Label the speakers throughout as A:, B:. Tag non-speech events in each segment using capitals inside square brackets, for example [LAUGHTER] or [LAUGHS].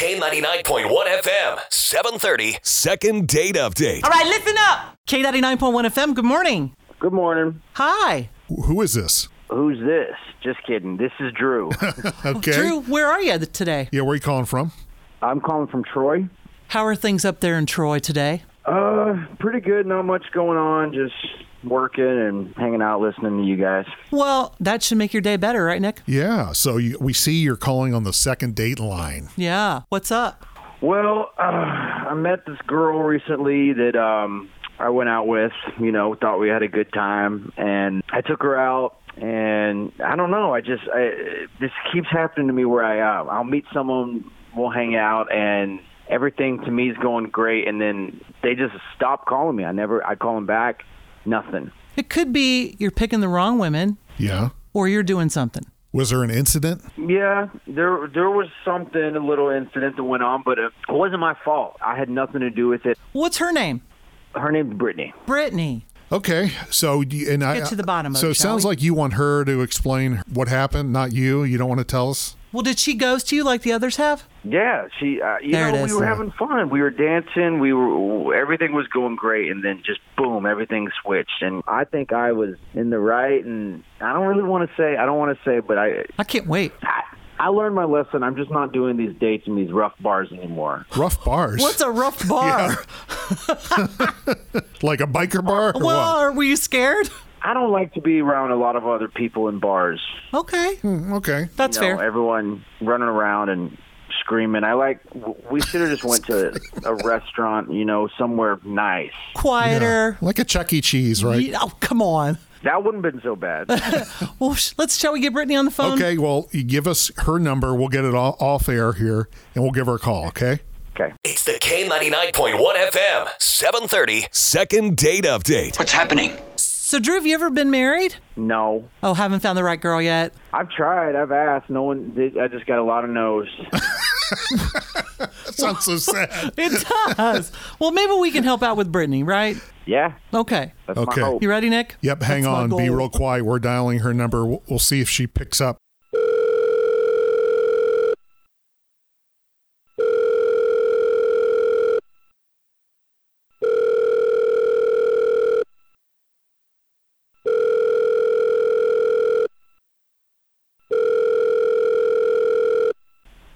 A: K99.1 FM, 730.
B: Second date update.
C: All right, listen up. K99.1 FM, good morning.
D: Good morning.
C: Hi.
E: Who is this?
D: Who's this? Just kidding. This is [LAUGHS] Drew.
E: Okay.
C: Oh, Drew, where are you th- today?
E: Yeah, where you calling from?
D: I'm calling from Troy.
C: How are things up there in Troy today?
D: Uh, pretty good. Not much going on. Just working and hanging out, listening to you guys.
C: Well, that should make your day better, right, Nick?
E: Yeah. So you, we see you're calling on the second date line.
C: Yeah. What's up?
D: Well, uh, I met this girl recently that um, I went out with. You know, thought we had a good time, and I took her out. And I don't know. I just I, this keeps happening to me where I am. I'll meet someone, we'll hang out, and everything to me is going great, and then they just stop calling me. I never. I call them back. Nothing.
C: It could be you're picking the wrong women
E: Yeah.
C: or you're doing something.
E: Was there an incident?
D: Yeah, there there was something, a little incident that went on, but it wasn't my fault. I had nothing to do with it.
C: What's her name?
D: Her name's Brittany.
C: Brittany.
E: Okay. So do you- and I
C: Get to the bottom of
E: So
C: it,
E: it
C: shall
E: sounds
C: we?
E: like you want her to explain what happened, not you. You don't want to tell us.
C: Well, did she ghost you like the others have?
D: Yeah, she. Uh, you
C: There it
D: know,
C: is.
D: we were having fun. We were dancing. We were everything was going great, and then just boom, everything switched. And I think I was in the right. And I don't really want to say. I don't want to say, but I,
C: I can't wait.
D: I I learned my lesson. I'm just not doing these dates in these rough bars anymore.
E: Rough bars.
C: What's a rough bar?
E: like a biker bar? Or
C: Well, are, were you scared?
D: I don't like to be around a lot of other people in bars.
C: Okay.
E: what? Hmm, Okay.
C: That's
D: you know,
C: fair.
D: Everyone running around and screaming. I like. w- We should have just went to a restaurant, you know, somewhere nice.
C: Quieter.
E: Like a Chuck E. Cheese, right?
C: Ye- Oh, come on.
D: That wouldn't have been so bad.
C: [LAUGHS] Well, sh- let's, shall we get Brittany on the phone?
E: Okay. Well, you give us her number. We'll get it all off air here, and we'll give her a call. Okay.
D: okay.
A: It's the K99.1 FM, 730.
B: Second date update.
F: What's happening?
C: So, Drew, have you ever been married?
D: No,
C: Oh, haven't found the right girl yet.
D: I've tried. I've asked. No one. Did, I just got a lot of no's.
E: That
C: [LAUGHS]
E: sounds so sad. [LAUGHS]
C: It does. well, maybe we can help out with Brittany, right?
D: Yeah,
C: Okay.
D: that's
E: Okay.
D: my hope.
C: You ready, Nick?
E: Yep. Hang
C: That's my
E: on. Be
C: goal.
E: real quiet. We're dialing her number. We'll, we'll see if she picks up.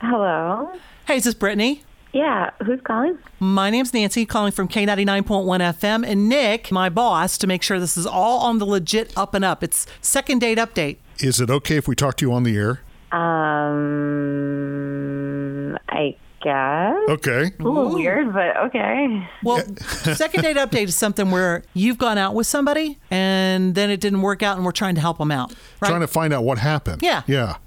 G: Hello.
C: Hey, is this Brittany?
G: Yeah, who's calling?
C: My name's Nancy, calling from K99.1 FM, and Nick, my boss, to make sure this is all on the legit up and up. It's second date update.
E: Is it okay if we talk to you on the air?
G: Um, I guess.
E: Okay.
G: A little weird, but okay.
C: Well,
E: [LAUGHS]
C: second date update is something where you've gone out with somebody and then it didn't work out, and we're trying to help them out. Right?
E: Trying to find out what happened.
C: Yeah.
E: Yeah.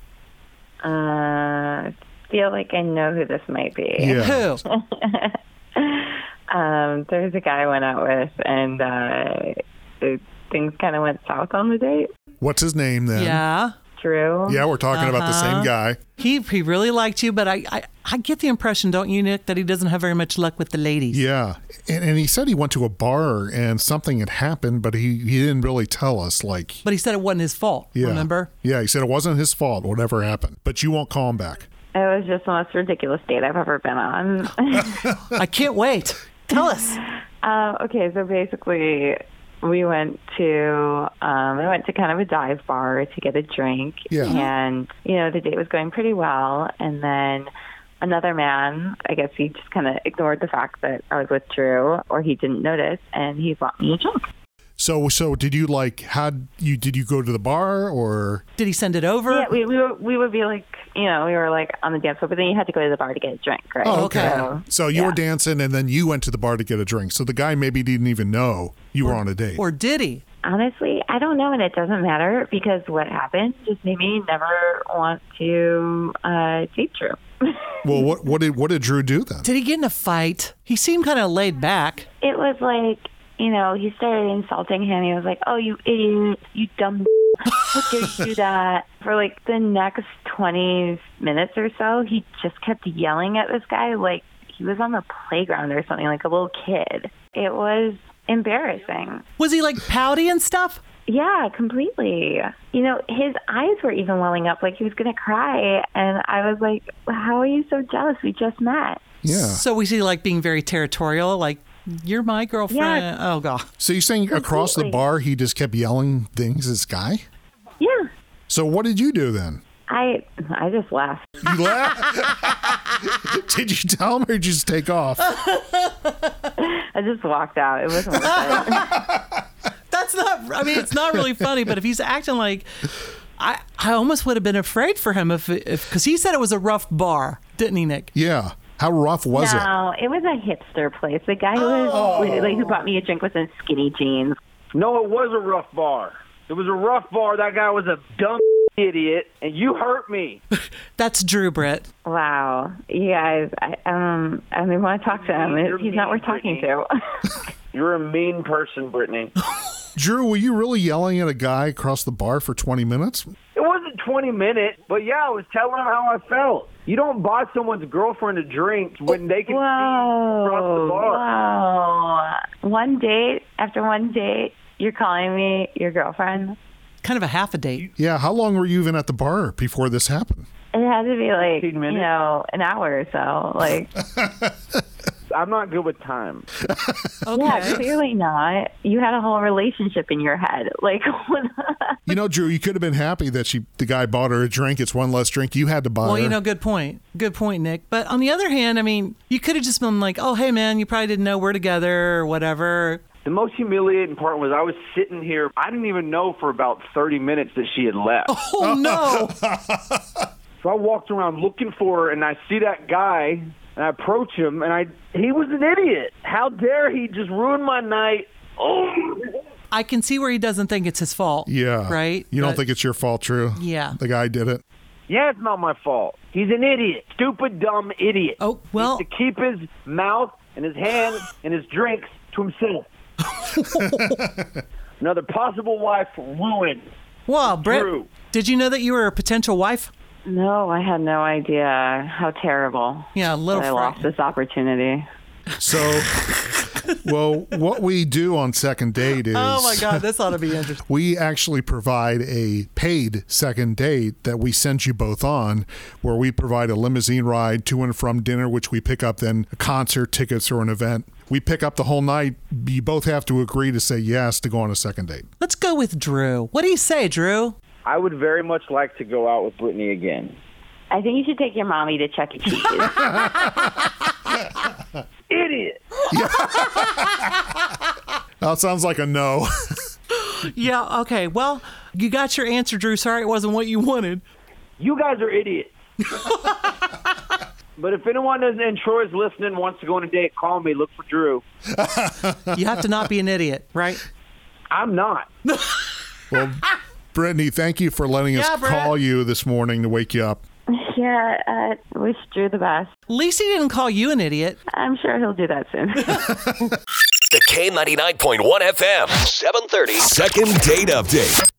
G: Uh, I feel like I know who this might be.
E: Yeah.
C: Who?
G: Um, there's a guy I went out with, and uh, it, things kind of went south on the date.
E: What's his name then?
C: Yeah. Uh-huh.
G: Drew.
E: Yeah, we're talking about the same guy.
C: He, he really liked you, but I, I, I get the impression, don't you, Nick, that he doesn't have very much luck with the ladies.
E: Yeah. And, and he said he went to a bar and something had happened, but he, he didn't really tell us. Like,
C: But he said it wasn't his fault,
E: yeah.
C: remember?
E: Yeah, he said it wasn't his fault, whatever happened. But you won't call him back.
G: It was just the most ridiculous date I've ever been on.
E: [LAUGHS]
G: [LAUGHS]
C: I can't wait. Tell us.
G: Um, okay, so basically, we went to um, we went to kind of a dive bar to get a drink,
E: Yeah. Uh-huh.
G: and you know the date was going pretty well, and then another man, I guess he just kind of ignored the fact that I was with Drew, or he didn't notice, and he bought me a drink.
E: So, so did you like, how you, did you go to the bar or?
C: Did he send it over?
G: Yeah, we we would, we would be like, you know, we were like on the dance floor, but then you had to go to the bar to get a drink, right?
E: Oh,
C: okay.
G: So,
E: So you were dancing and then you went to the bar to get a drink. So the guy maybe didn't even know you were on a date.
C: Or did he?
G: honestly, I don't know, and it doesn't matter because what happened just made me never want to uh, date Drew. [LAUGHS]
E: well, what, what did, what did Drew do then?
C: Did he get in a fight? He seemed kind of laid back.
G: it was like you know he started insulting him he was like oh you idiot you dumb [LAUGHS] how dare you do that for like the next 20 minutes or so he just kept yelling at this guy like he was on the playground or something like a little kid it was embarrassing
C: Was he like pouty and stuff?
G: Yeah, completely. You know, his eyes were even welling up, like he was going to cry. And I was like, How are you so jealous? We just met.
E: Yeah.
C: So we see like being very territorial, like you're my girlfriend.
G: Yes.
C: Oh god.
E: So you're saying across the
G: Completely.
E: bar he just kept yelling things at this guy?
G: Yeah.
E: So what did you do then?
G: I I just laughed.
E: You [LAUGHS] laughed? [LAUGHS] did you tell him or did you just take
G: [LAUGHS]
E: off?
G: I just walked out. It wasn't worth it.
C: That's not. I mean, it's not really funny. But if he's acting like, I I almost would have been afraid for him if if because he said it was a rough bar, didn't he, Nick?
E: Yeah. How rough was it?
G: No, Oh, it was a hipster place. The guy who was like who bought me a drink was in skinny jeans.
D: No, it was a rough bar. It was a rough bar. That guy was a dumb [LAUGHS] idiot, and you hurt me.
C: That's Drew Britt.
G: Wow, you guys, I, um, I mean, want to talk to him.
D: You're
G: He's not
D: mean,
G: worth talking
D: Brittany.
G: [LAUGHS] to.
D: You're a mean person, Brittany.
E: Drew, were you really yelling at a guy across the bar for 20 minutes?
D: It wasn't 20 minutes, but yeah, I was telling him how I felt. You don't buy someone's girlfriend a drink when they can see you across the
G: Whoa,
D: bar.
G: whoa! Oh, One date after one date, you're calling me your girlfriend.
C: Kind of a half a date.
E: Yeah. How long were you even at the bar before this happened?
G: It had to be like
D: 15 minutes?
G: you know an hour or so. [LAUGHS] Like,
D: I'm not good with time.
C: Okay.
G: yeah, clearly not. You had a whole relationship in your head. Like, [LAUGHS]
E: You know, Drew, you could have been happy that she, the guy bought her a drink. It's one less drink you had to buy
C: Well,
E: her.
C: you know, good point. Good point, Nick. But on the other hand, I mean, you could have just been like, "Oh, hey, man, you probably didn't know we're together or whatever."
D: The most humiliating part was I was sitting here. I didn't even know for about 30 minutes that she had left.
E: [LAUGHS]
C: Oh no!
D: So I walked around looking for her, and I see that guy, and I approach him, and I he was an idiot. How dare he just ruin my night? Oh,
C: I can see where he doesn't think it's his fault.
E: yeah.
C: Right.
E: You don't
C: But-
E: think it's your fault, Drew?
C: Yeah.
E: The guy did it.
D: yeah, it's not my fault. He's an idiot, stupid, dumb idiot.
C: Oh well.
D: to keep his mouth and his
C: [GASPS]
D: hands and his drinks
C: [LAUGHS]
D: to himself. Another possible wife ruined.
C: Well, Britt,
D: Drew.
C: did you know that you were a potential wife?
G: no, I had no idea how terrible.
C: Yeah, a little.
G: that I
C: fri-
G: lost this opportunity.
E: So, [LAUGHS] well, what we do on second date is
C: Oh my God, this ought to be interesting. [LAUGHS]
E: we actually provide a paid second date that we send you both on, where we provide a limousine ride to and from dinner, which we pick up then concert tickets or an event. We pick up the whole night. You both have to agree to say yes to go on a second date.
C: Let's go with Drew. What do you say, Drew?
D: I would very much like to go out with Brittany again.
G: I think you should take your mommy to Chuck E. Cheese.
D: Idiot.
E: That sounds like a no. [LAUGHS]
C: Yeah, okay. Well, you got your answer, Drew. Sorry it wasn't what you wanted.
D: You guys
C: [LAUGHS]
D: are idiots. but if anyone is in Troy's listening wants to go on a date, call me. Look for Drew.
C: You have to not be an idiot, right?
E: [LAUGHS]
D: I'm not.
E: well, Brittany, thank you for letting us
C: Yeah, Brett.
E: call you this morning to wake you up.
G: yeah, uh, wish Drew the best.
C: At least he didn't call you an idiot.
G: I'm sure he'll do that soon.
A: The K99.1 FM, 730.
B: Second date update.